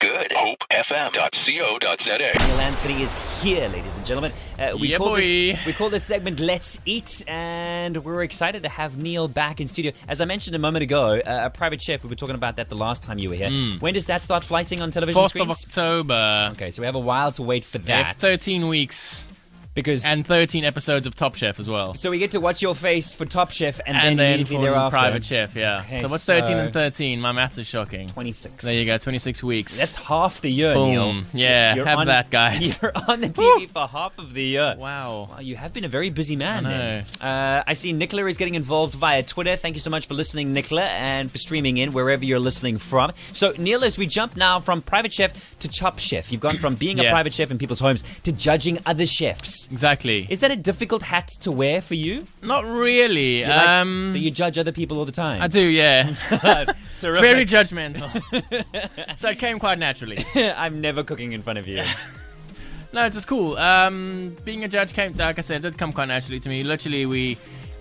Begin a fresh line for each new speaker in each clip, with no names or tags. at hopefm.co.za.
Neil Anthony is here, ladies and gentlemen. Uh, we,
Yeah,
call
boy.
This, we call this segment Let's Eat, and we're excited to have Neil back in studio. As I mentioned a moment ago, uh, a private chef, we were talking about that the last time you were here. When does that start flighting on television
4th Hmm. of
screens?
October.
okay, so we have a while to wait for
We
that.
have 13 weeks
because
and 13 episodes of Top Chef as well.
So we get to watch your face for Top Chef and,
And
then
then
immediately
for
thereafter.
Private Chef, yeah.
Okay,
so what's
so-
13 and 13? My maths is shocking.
26.
There you go, 26 weeks.
That's half the year,
Boom.
Neil.
Yeah, have
on,
that, guys.
You're on the TV for half of the year.
Wow.
Wow, Oh, you have been a very busy man.
I know.
then. Uh, I see Nicola is getting involved via Twitter. Thank you so much for listening, Nicola, and for streaming in wherever you're listening from. So, Neil, as we jump now from private chef to chop chef, you've gone from being a
Yeah.
private chef in people's homes to judging other chefs.
Exactly.
Is that a difficult hat to wear for you?
Not really.
You're like-
um,
so you judge other people all the time.
I do, yeah.
Terrific.
Very judgmental. so it came quite naturally.
I'm never cooking in front of you.
No, it's just cool. Um, being a judge came, like I said, it did come quite naturally to me. Literally, we,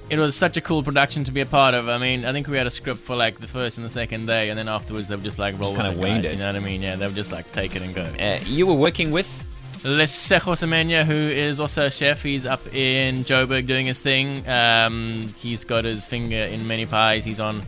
it was such a cool production to be a part of. I mean, I think we had a script for like the first and the second day, and then afterwards they were just like roll
kinda
with
winged
guys,
it.
You know what I mean? Yeah, they were just like take it and go.
Uh, you were working with
Les Sejo Semenya, who is also a chef, he's up in Joburg doing his thing. Um, he's got his finger in many pies. He's on,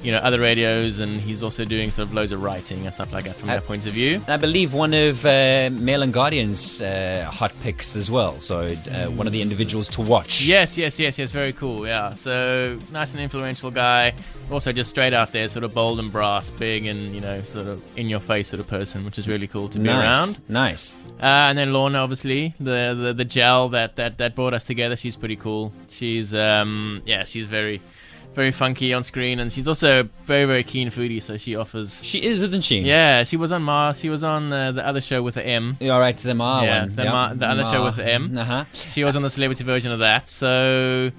you know, other radios, and he's also doing sort of loads of writing and stuff like that from
Uh,
that point of view.
I believe one of uh, Mail and Guardian's uh, hot picks as well. So uh, one of the individuals to watch.
Yes, yes, yes, yes. Very cool. Yeah. So nice and influential guy. Also just straight out there, sort of bold and brass, big and you know, sort of in your face sort of person, which is really cool to be
nice,
around.
nice.
Uh, and then Lorna, obviously, the, the the gel that that that brought us together. She's pretty cool. She's um yeah, she's very. Very funky on screen, and she's also very, very keen foodie. So she offers.
She is, isn't she?
Yeah, she was on Mars. She was on uh, the other show with the M.
Yeah, All right, the Ma
Yeah,
one.
the Ma- the other show with the M.
Uh huh.
She was on the celebrity version of that. So,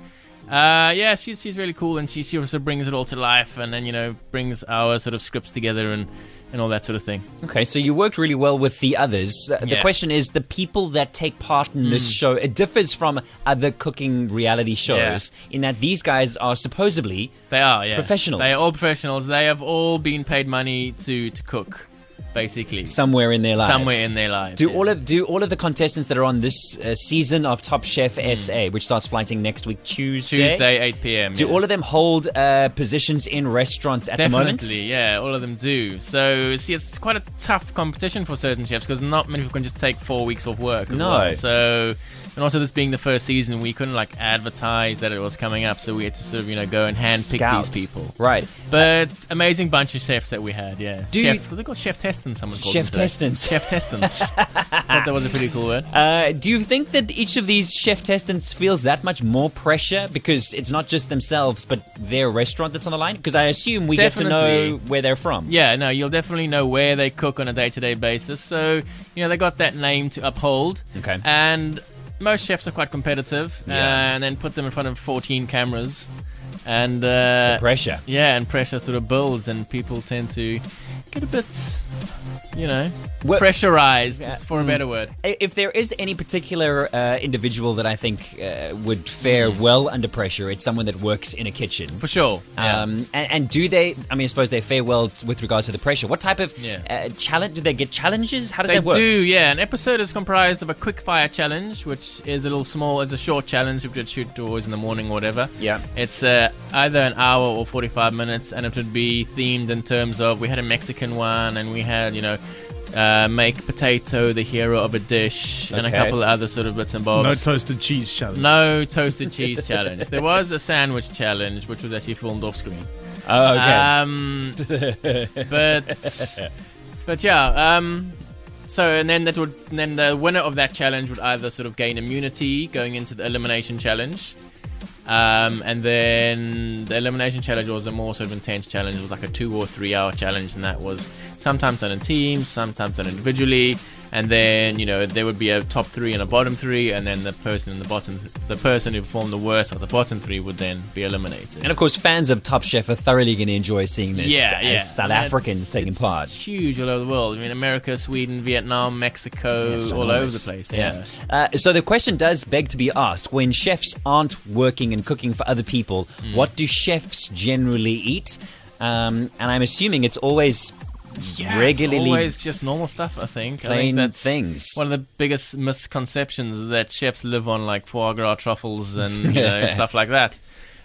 uh, yeah, she's she's really cool, and she she also brings it all to life, and then you know brings our sort of scripts together and and all that sort of thing.
Okay, so you worked really well with the others. Uh, the
Yeah. Mm.
question is, the people that take part in this show, it differs from other cooking reality shows in that these guys are supposedly
They are yeah
Professionals.
They are all professionals. They have all been paid money to to cook, basically
somewhere in their lives.
somewhere in their lives.
Do
yeah.
all of do all of the contestants that are on this uh, season of Top Chef SA, which starts flighting next week Tuesday,
Mm. Tuesday eight p.m.
do
yeah.
all of them hold uh, positions in restaurants at the moment?
Definitely, yeah, all of them do. So, see, it's quite a tough competition for certain chefs because not many people can just take four weeks off work. as
No.
well. So, and also this being the first season, we couldn't like advertise that it was coming up, so we had to sort of you know go and handpick
Scout.
these people.
right?
But amazing bunch of chefs that we had, yeah.
Do
chef,
you-
what they call chef testants. Someone called
Chef
them today.
testants.
Chef testants. Thought that was a pretty cool word.
Uh, do you think that each of these chef testants feels that much more pressure because it's not just themselves but their restaurant that's on the line? Because I assume we get to know
Definitely.
where they're from.
Yeah, no, you'll definitely know where they cook on a day-to-day basis. So you know they got that name to uphold.
Okay.
And most chefs are quite competitive,
Yeah.
and then put them in front of 14 cameras, and uh,
Pressure.
yeah, and pressure sort of builds, and people tend to get a bit, you know,
Well-
pressurized
Yeah. mm.
for a better word.
I- If there is any particular uh, individual that I think uh, would fare well under pressure, it's someone that works in a kitchen.
Mm. For sure. Yeah.
Um, and, and do they? I mean, I suppose they fare well t- with regards to the pressure. What type of
Yeah.
uh, challenge do they get? Challenges? How does
They
that work?
do, yeah. An episode is comprised of a quick fire challenge, which is a little small, it's a short challenge which would shoot always in the morning or whatever.
Yeah.
It's uh, either an hour or 45 minutes, and it would be themed in terms of we had a Mexican one, and we had, you know, uh, make potato the hero of a dish, and a
Okay.
couple of other sort of bits and
No
bobs.
toasted cheese challenge.
No toasted cheese challenge. There was a sandwich challenge, which was actually filmed off screen.
Oh, okay.
Um, but but yeah. Um, so and then that would and then the winner of that challenge would either sort of gain immunity going into the elimination challenge. Um, and then the elimination challenge was a more sort of intense challenge. It was like a two or three hour challenge, and that was sometimes done in teams, sometimes done individually. And then you know there would be a top three and a bottom three, and then the person in the bottom, the person who performed the worst of the bottom three would then be eliminated.
and of course, fans of Top Chef are thoroughly going to enjoy seeing this as South
And that's-
Africans taking
it's
part.
Huge all over the world. I mean, America, Sweden, Vietnam, Mexico,
It's
all over
enormous.
the place. Yeah.
Uh, so the question does beg to be asked: When chefs aren't working and cooking for other
Hmm.
people, what do chefs generally eat? Um, and I'm assuming it's always
Yeah,
regularly
it's always just normal stuff. I think. I
plain
think that's
things.
One of the biggest misconceptions is that chefs live on like foie gras truffles and you know, stuff like that.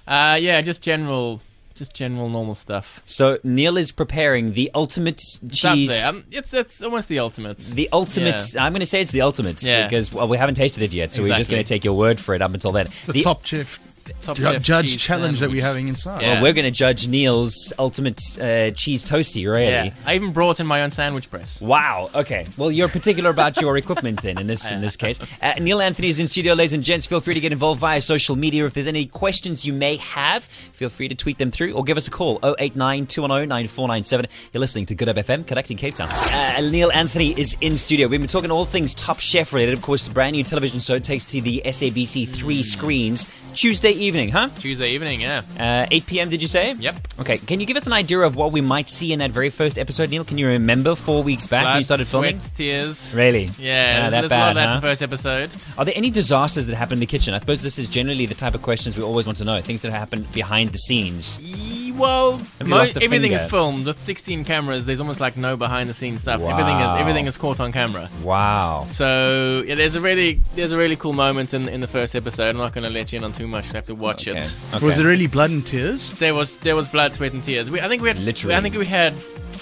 Uh, yeah, just general, just general normal stuff.
So Neil is preparing the ultimate
It's up
cheese.
there. Um, it's it's almost the ultimate.
the ultimate. I'm going to say it's the ultimate
Yeah.
because well, we haven't tasted it yet, so we're just
Exactly.
going to take your word for it up until then.
It's a
The-
top chef,
top
ju-
chef
judge
cheese
challenge that we're
sandwich.
having inside.
Yeah.
Well, we're going to judge Neil's ultimate uh, cheese toasty, really.
Yeah, I even brought in my own sandwich press.
Wow. Okay. Well, you're particular about your equipment then. In this in this case, uh, Neil Anthony is in studio, ladies and gents. Feel free to get involved via social media. If there's any questions you may have, feel free to tweet them through or give us a call 089 210 9497. You're listening to Good Up FM, connecting Cape Town. Uh, Neil Anthony is in studio. We've been talking all things Top Chef related. Of course, the brand new television show takes to the SABC three screens Tuesday evening, huh?
Tuesday evening, yeah.
Uh, 8 p.m. Did you say?
Yep.
Okay. Can you give us an idea of what we might see in that very first episode, Neil? Can you remember four weeks back when you
Blood,
started filming?
sweat, tears.
Really?
Yeah,
Ah, that
there's there's a lot of
bad.
that
huh?
in the first episode.
Are there any disasters that happen in the kitchen? I suppose this is generally the type of questions we always want to know. Things that happen behind the scenes.
Ye- E, Well,
you
mo-
lost a
everything is
finger?
filmed with 16 cameras. There's almost like no behind-the-scenes stuff. Everything
Wow.
is everything is caught on camera.
Wow.
So yeah, there's a really there's a really cool moment in in the first episode. I'm not going to let you in on too much. You have to watch
Okay.
it.
Okay.
Was it really blood and tears?
There was there was blood, sweat, and tears. We, I think we had
Literally.
I think we had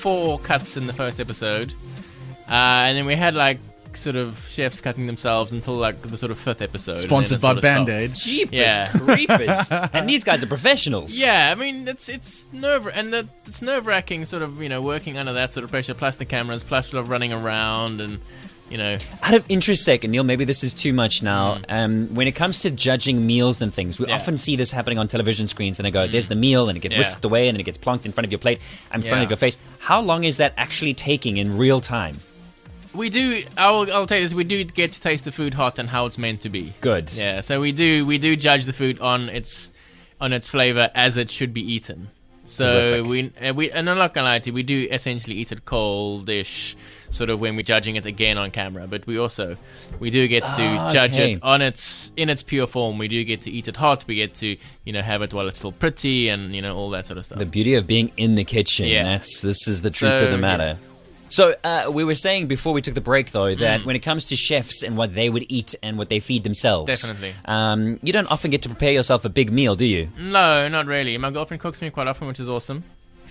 four cuts in the first episode, uh, and then we had like sort of chefs cutting themselves until like the sort of fifth episode. and then
Sponsored
it
by
sort of stopped.
Band-Aid.
Jeepers
Yeah.
creepers! and these guys are professionals.
Yeah, I mean it's it's nerve and the, it's nerve wracking, sort of you know working under that sort of pressure, plus the cameras, plus sort of running around and you know
Out of interest, sake, and Neil, maybe this is too much now. Um, when it comes to judging meals and things, we
Mm. Yeah. Mm.
often see this happening on television screens, and I go, "There's the meal," and it gets
Yeah.
whisked away, and then it gets plonked in front of your plate, in front
Yeah.
of your face. How long is that actually taking in real time?
we do. I'll I'll tell you this: we do get to taste the food hot and how it's meant to be.
Good.
Yeah, so we do we do judge the food on its on its flavor as it should be eaten. So
Terrific.
we uh, we and I'm not gonna lie to you, we do essentially eat it coldish, sort of when we're judging it again on camera. But we also we do get to
Ah,
judge
okay.
it on its in its pure form. We do get to eat it hot. We get to you know have it while it's still pretty and you know all that sort of stuff.
The beauty of being in the kitchen.
Yeah.
That's this is the truth
So,
of the matter. So uh, we were saying before we took the break, though, that when it comes to chefs and what they would eat and what they feed themselves,
Definitely.
um, you don't often get to prepare yourself a big meal, do you?
no, not really. My girlfriend cooks me quite often, which is awesome.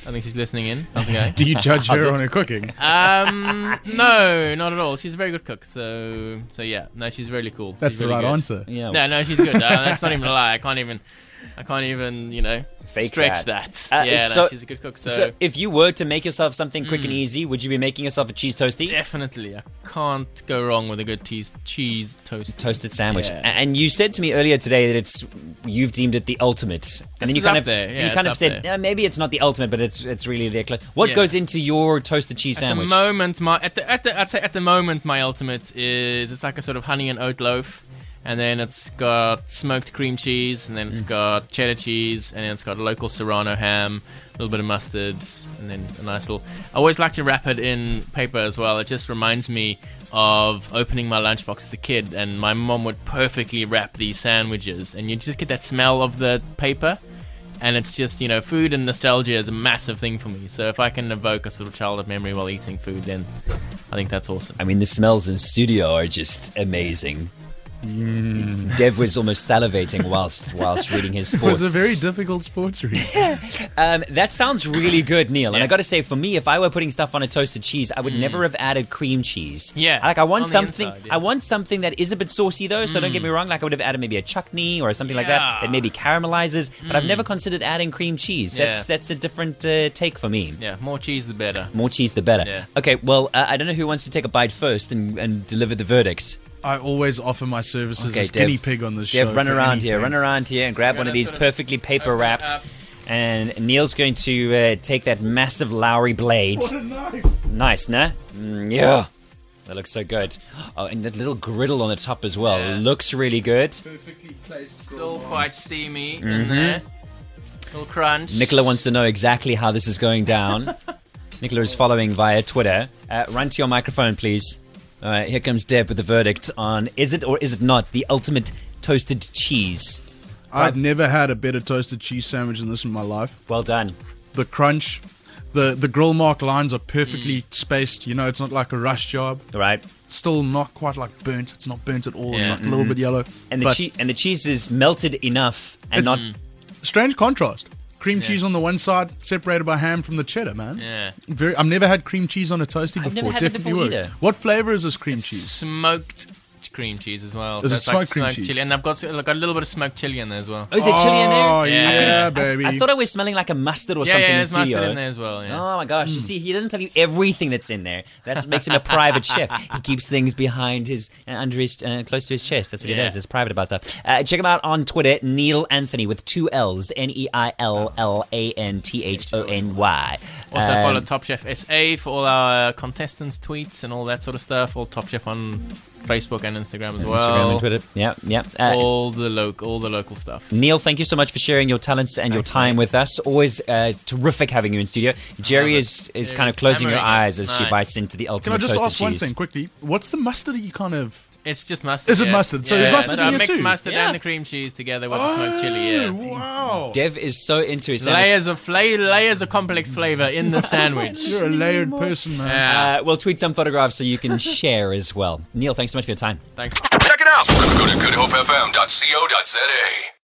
I think she's listening in. How's it going?
Do you judge her on her cooking?
Um, no, not at all. She's a very good cook. So, so yeah, no, she's really cool.
That's
She's
the
really
right
good.
answer.
Yeah.
No, no, she's good. Uh, that's not even a lie. I can't even, I can't even, you know,
Fake
stretch
that.
that.
Uh,
yeah,
so-
no, she's a good cook. So,
So, Mm. if you were to make yourself something quick and easy, would you be making yourself a cheese toasty?
definitely, I can't go wrong with a good cheese cheese toast.
Toasted sandwich,
Yeah.
A- and you said to me earlier today that it's you've deemed it the ultimate, and
This
you
is
kind
up
of
there. Yeah,
you kind
it's
of
up
said
there.
"Uh, maybe it's not the ultimate, but it's it's really the clo-" what
Yeah.
goes into your toasted cheese
At
sandwich.
the moment, my at the, at the I'd say at the moment, my ultimate is it's like a sort of honey and oat loaf, and then it's got smoked cream cheese, and then it's got cheddar cheese, and then it's got local serrano ham, a little bit of mustard, and then a nice little. I always like to wrap it in paper as well. It just reminds me of opening my lunchbox as a kid, and my mom would perfectly wrap these sandwiches, and you just get that smell of the paper. And it's just, you know, food and nostalgia is a massive thing for me. So if I can evoke a sort of childhood memory while eating food, then I think that's awesome.
I mean, the smells in studio are just amazing.
Mm.
Dev was almost salivating whilst whilst reading his
It was
sports.
a very difficult sports read.
Um, that sounds really good, Neil. And I got to say, for me, if I were putting stuff on a toasted cheese, I would never have added cream cheese.
Mm. Yeah,
like I want
on the
something.
inside, yeah. Mm.
I want something that is a bit saucy though. So don't get me wrong. Like I would have added maybe a chutney or something like that
Yeah. Mm.
that maybe caramelizes. But I've never considered adding cream cheese.
Yeah.
That's that's a different uh, take for me.
Yeah, more cheese the better.
More cheese, the better.
Yeah.
Okay, well, uh, I don't know who wants to take a bite first and, and deliver the verdict.
I always offer my services
Okay,
as
Dev.
guinea pig on this
Dev,
show.
run
for
around here,
anything.
run around here, and grab one of
gonna
these
sort of
perfectly paper
open it
wrapped.
up.
And Neil's going to uh, take that massive Lowry blade. Nice, nah? Mm, yeah. That looks so good. Oh, and that little griddle on the top as well
Yeah.
looks really good.
Still quite steamy in there. Little crunch.
Nicola wants to know exactly how this is going down. Nicola is following via Twitter. Uh, run to your microphone, please. All right, here comes Deb with the verdict on is it or is it not the ultimate toasted cheese?
I've never had a better toasted cheese sandwich than this in my life.
Well done.
The crunch, The the grill mark lines are perfectly spaced. You know, it's not like a rush job.
right?
Still not quite like burnt. It's not burnt at all. It's
Yeah.
like a little bit yellow.
mm-hmm. And the
But
cheese and the cheese is melted enough and not
strange contrast. Cream cheese on the one side, separated by ham from the cheddar, man.
Yeah.
Very, I've never had cream cheese on a toastie before.
I've never had it
Definitely
before
would.
either.
What flavor is this cream cheese?
Smoked cream cheese as well.
Is
so
it
it's like
smoked cream
smoked
cheese?
chili, and I've got like a little bit of smoked chili in there as well.
Oh, is there chili in
Oh,
there?
yeah,
Yeah.
baby.
I thought I was smelling like a mustard or
yeah,
something
yeah,
in the
there's mustard
studio.
in there as well. Yeah.
Oh my gosh!
Hmm.
You see, he doesn't tell you everything that's in there. That's what makes him a private chef. He keeps things behind his, uh, under his, uh, close to his chest. That's what he
Yeah.
does. It's private about stuff. Uh, check him out on Twitter, Neil Anthony with two L's, N E I L L A N T H O N Y. Uh,
Also follow Top Chef SA for all our uh, contestants' tweets and all that sort of stuff. All Top Chef on Facebook and Instagram as well.
Instagram and Twitter. Yeah, yeah. Uh,
All the local, all the local stuff.
Neil, thank you so much for sharing your talents and your time with us. Always uh, terrific having you in studio. Jerry
it.
is, is
Jerry's
kind of closing her
hammering it.
eyes as she
Nice.
bites into the
Can I
ultimate
just
toasted
ask one
cheese.
thing quickly? What's the mustardy kind of?
It's just mustard.
Is it
yeah.
mustard? So
yeah.
there's mustard
so
in
I
it
mixed
too? Oh,
mustard
Yeah.
and the cream cheese together with the smoked chili. Yeah.
wow!
Dev is so into his sandwich.
Layers of fla- layers of complex flavor in the sandwich.
You're a layered person, man.
Yeah.
Uh, we'll tweet some photographs so you can share as well. Neil, thanks so much for your time.
Thanks.
Check it out. Go to goodhopefm.co.za.